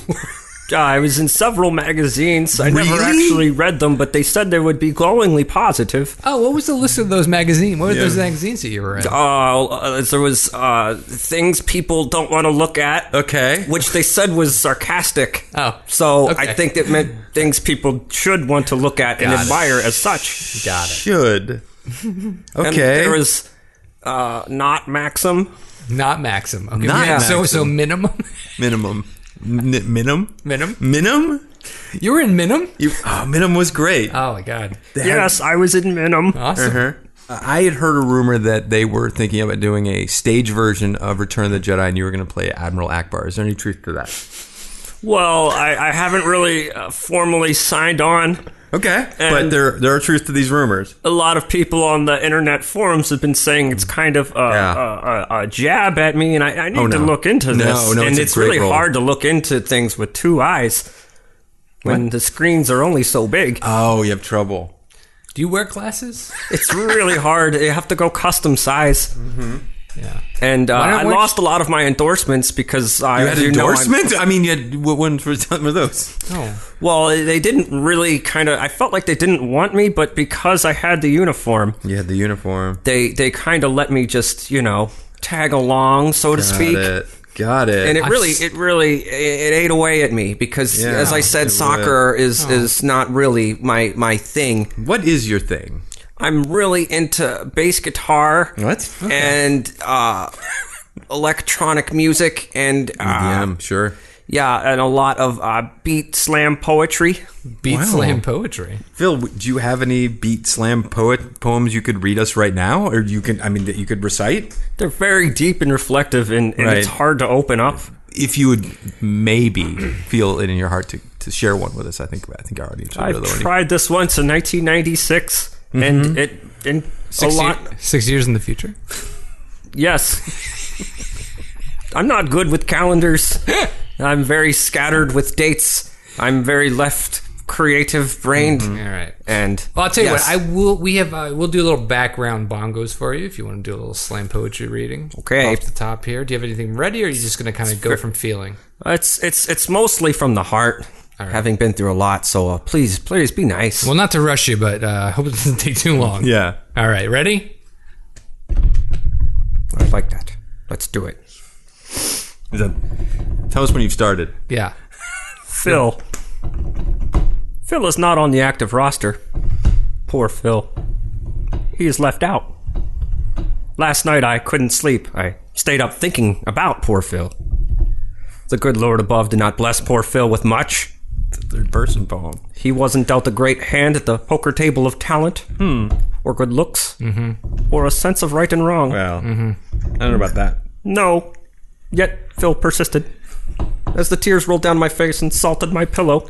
F: uh, I was in several magazines. I never
A: Really?
F: actually read them, but they said they would be glowingly positive.
B: Oh, what was the list of those magazines? What were those magazines that you were in?
F: Uh, uh, there was uh, things people don't want to look at.
A: Okay.
F: Which they said was sarcastic.
B: Oh,
F: So
B: okay.
F: I think that meant things people should want to look at and
B: Got it.
F: admire as such.
B: Got it.
A: Should.
F: And
A: Okay.
F: there was uh, not Maxim.
B: Not Maxim. Okay.
A: Not
B: yeah, So,
A: Maxim.
B: so minimum,
A: minimum. N- minimum.
B: minimum.
A: Minim?
B: You were in minimum.
A: You, oh, Minim was great.
B: Oh my God!
F: Uh, Yes, I was in Minim.
B: Awesome.
A: Uh-huh. I had heard a rumor that they were thinking about doing a stage version of Return of the Jedi and you were going to play Admiral Akbar. Is there any truth to that?
F: Well, I, I haven't really uh, formally signed on.
A: Okay, but
F: And-
A: there there are truth to these rumors.
F: A lot of people on the internet forums have been saying it's kind of a,
A: Yeah.
F: a, a, a jab at me, and I, I need
A: Oh, no.
F: to look into
A: No,
F: this.
A: no,
F: and
A: it's
F: it's,
A: a great
F: really
A: role.
F: hard to look into things with two eyes when the screens are only so big.
A: Oh, you have trouble.
B: Do you wear glasses?
F: It's really hard. You have to go custom size.
B: Yeah.
F: And uh,
B: Why don't
F: I
B: we-
F: lost a lot of my endorsements because I
A: You had
F: you know, I'm-
A: endorsements. I mean, you had what one for some of those?
B: Oh.
F: well, they didn't really kind of. I felt like they didn't want me, but because I had the uniform,
A: You had the uniform.
F: they they kind of let me just you know tag along, so to speak.
A: Got it. Got it.
F: And it
B: I've
F: really,
B: s-
F: it really, it ate away at me because,
A: Yeah,
F: as I
A: it
F: said, soccer
B: Oh.
F: is is not really my my thing.
A: what is your thing?
F: I'm really into bass guitar.
A: What? Okay.
F: And uh, electronic music and
A: Yeah,
F: uh,
A: I'm sure.
F: yeah, and a lot of uh, beat slam poetry.
B: Beat
A: Wow.
B: slam poetry.
A: Phil, w- do you have any beat slam poet poems you could read us right now, or you can? I mean, that you could recite
F: They're very deep and reflective, and, and
A: Right.
F: it's hard to open up.
A: if you would maybe feel it in your heart to, to share one with us. I think I think our audience would
F: I've
A: really want to-
F: tried this once in 1996, and it and
B: Six
F: a lot.
B: ye- six years in the future.
F: Yes, I'm not good with calendars. I'm very scattered with dates. I'm very left creative brained,
B: All right.
F: and
B: Mm-hmm. Well, I'll tell you
F: Yes.
B: what. I will. We have. Uh, we'll do a little background bongos for you if you want to do a little slam poetry reading.
F: Okay.
B: Off the top here, do you have anything ready, or are you just going to kind of go from feeling?
F: it's it's it's mostly from the heart.
B: right.
F: Having been through a lot, so uh, please, please be nice.
B: Well, not to rush you, but uh, I hope it doesn't take too long.
A: Yeah.
B: All right. Ready?
F: I like that. Let's do it,
A: Is that- Tell us when you've started.
B: Yeah.
F: Phil. Phil is not on the active roster. Poor Phil. He is left out. Last night I couldn't sleep. I stayed up thinking about poor Phil. The good Lord above did not bless poor Phil with much.
A: Third person poem.
F: He wasn't dealt a great hand at the poker table of talent, hmm. or good looks, mm-hmm. or a sense of right and wrong.
A: Well, Oh.
F: Mm-hmm.
A: I don't know about that.
F: No. Yet Phil persisted. As the tears rolled down my face and salted my pillow,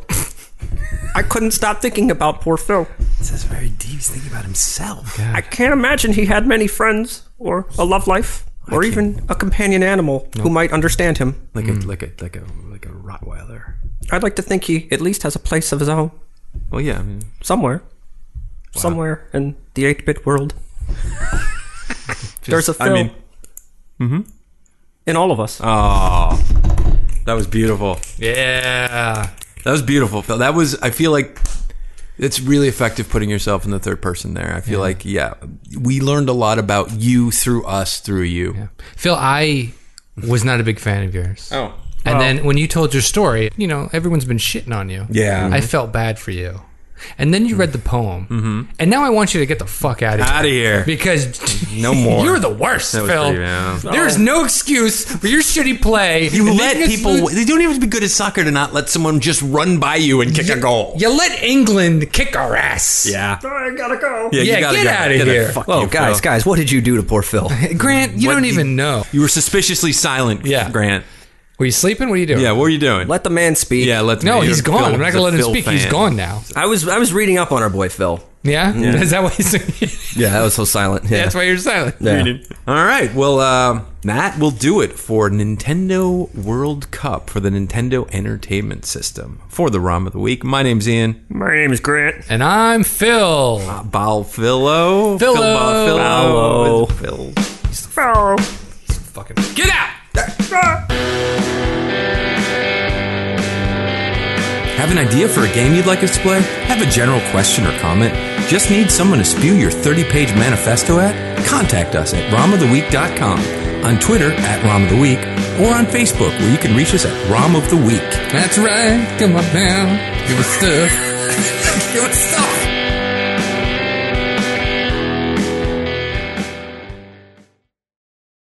F: I couldn't stop thinking about poor Phil.
A: This is very deep. He's thinking about himself.
F: I can't imagine he had many friends, or a love life, or even a companion animal who might understand him.
A: Like a like a like a like a Rottweiler.
F: I'd like to think he at least has a place of his own,
A: Well, yeah. I mean,
F: somewhere. Somewhere in the 8 bit world. There's a Phil
A: I mean,
F: in all of us.
A: oh, that was beautiful.
B: Yeah.
A: That was beautiful, Phil. That was. I feel like it's really effective putting yourself in the third person there. I feel like, yeah, we learned a lot about you through us, through you.
B: Yeah. Phil, I was not a big fan of yours.
A: Oh,
B: And then when you told your story, you know, everyone's been shitting on you.
A: Yeah. Mm-hmm.
B: I felt bad for you. And then you read the poem. Mm-hmm. And now I want you to get the fuck out of here.
A: Outta here.
B: Because
A: No more.
B: You're the worst,
A: That was
B: Phil.
A: pretty bad.
B: There's no excuse for your shitty play.
A: you
B: And
A: let
B: making us
A: people.
B: lose-
A: They don't even be good at soccer to not let someone just run by you and kick a goal.
B: You let England kick our ass.
A: Yeah.
F: I gotta go.
A: Yeah,
B: Yeah,
A: gotta
B: get
A: go.
B: outta
A: Get the
B: here.
A: fuck
C: Whoa,
A: you,
C: guys,
A: Phil.
C: guys, what did you do to poor Phil?
B: Grant, you
A: What
B: don't
A: the-
B: even know.
A: You were suspiciously silent,
B: Yeah.
A: Grant.
B: Were you sleeping? What are you doing?
A: Yeah, what were you doing?
C: Let the man speak.
A: yeah, let
B: No,
A: you're
B: he's
A: a
B: gone.
A: Phil-
B: I'm not
A: he's a
B: gonna let him
A: Phil
B: speak. He's
A: fan.
B: gone now.
C: I was I was reading up on our boy Phil.
B: Yeah, is that why? He's,
C: Yeah, that was so silent. Yeah.
B: That's why you're silent.
C: Yeah.
A: All right. Well, uh, that will do it for Nintendo World Cup for the Nintendo Entertainment System for the ROM of the week. My name's Ian
F: My name is Grant.
B: And I'm Phil.
A: Balfillo.
B: Philo.
A: Phil Balfillo. Phil.
F: Phil.
B: Fucking get out.
A: Have an idea for a game you'd like us to play? Have a general question or comment? Just need someone to spew your 30 page manifesto at? Contact us at romoftheweek.com, on Twitter at Rom of the Week, or on Facebook where you can reach us at Rom of the Week.
B: That's right. Come on now. Give us stuff.
A: Give us stuff!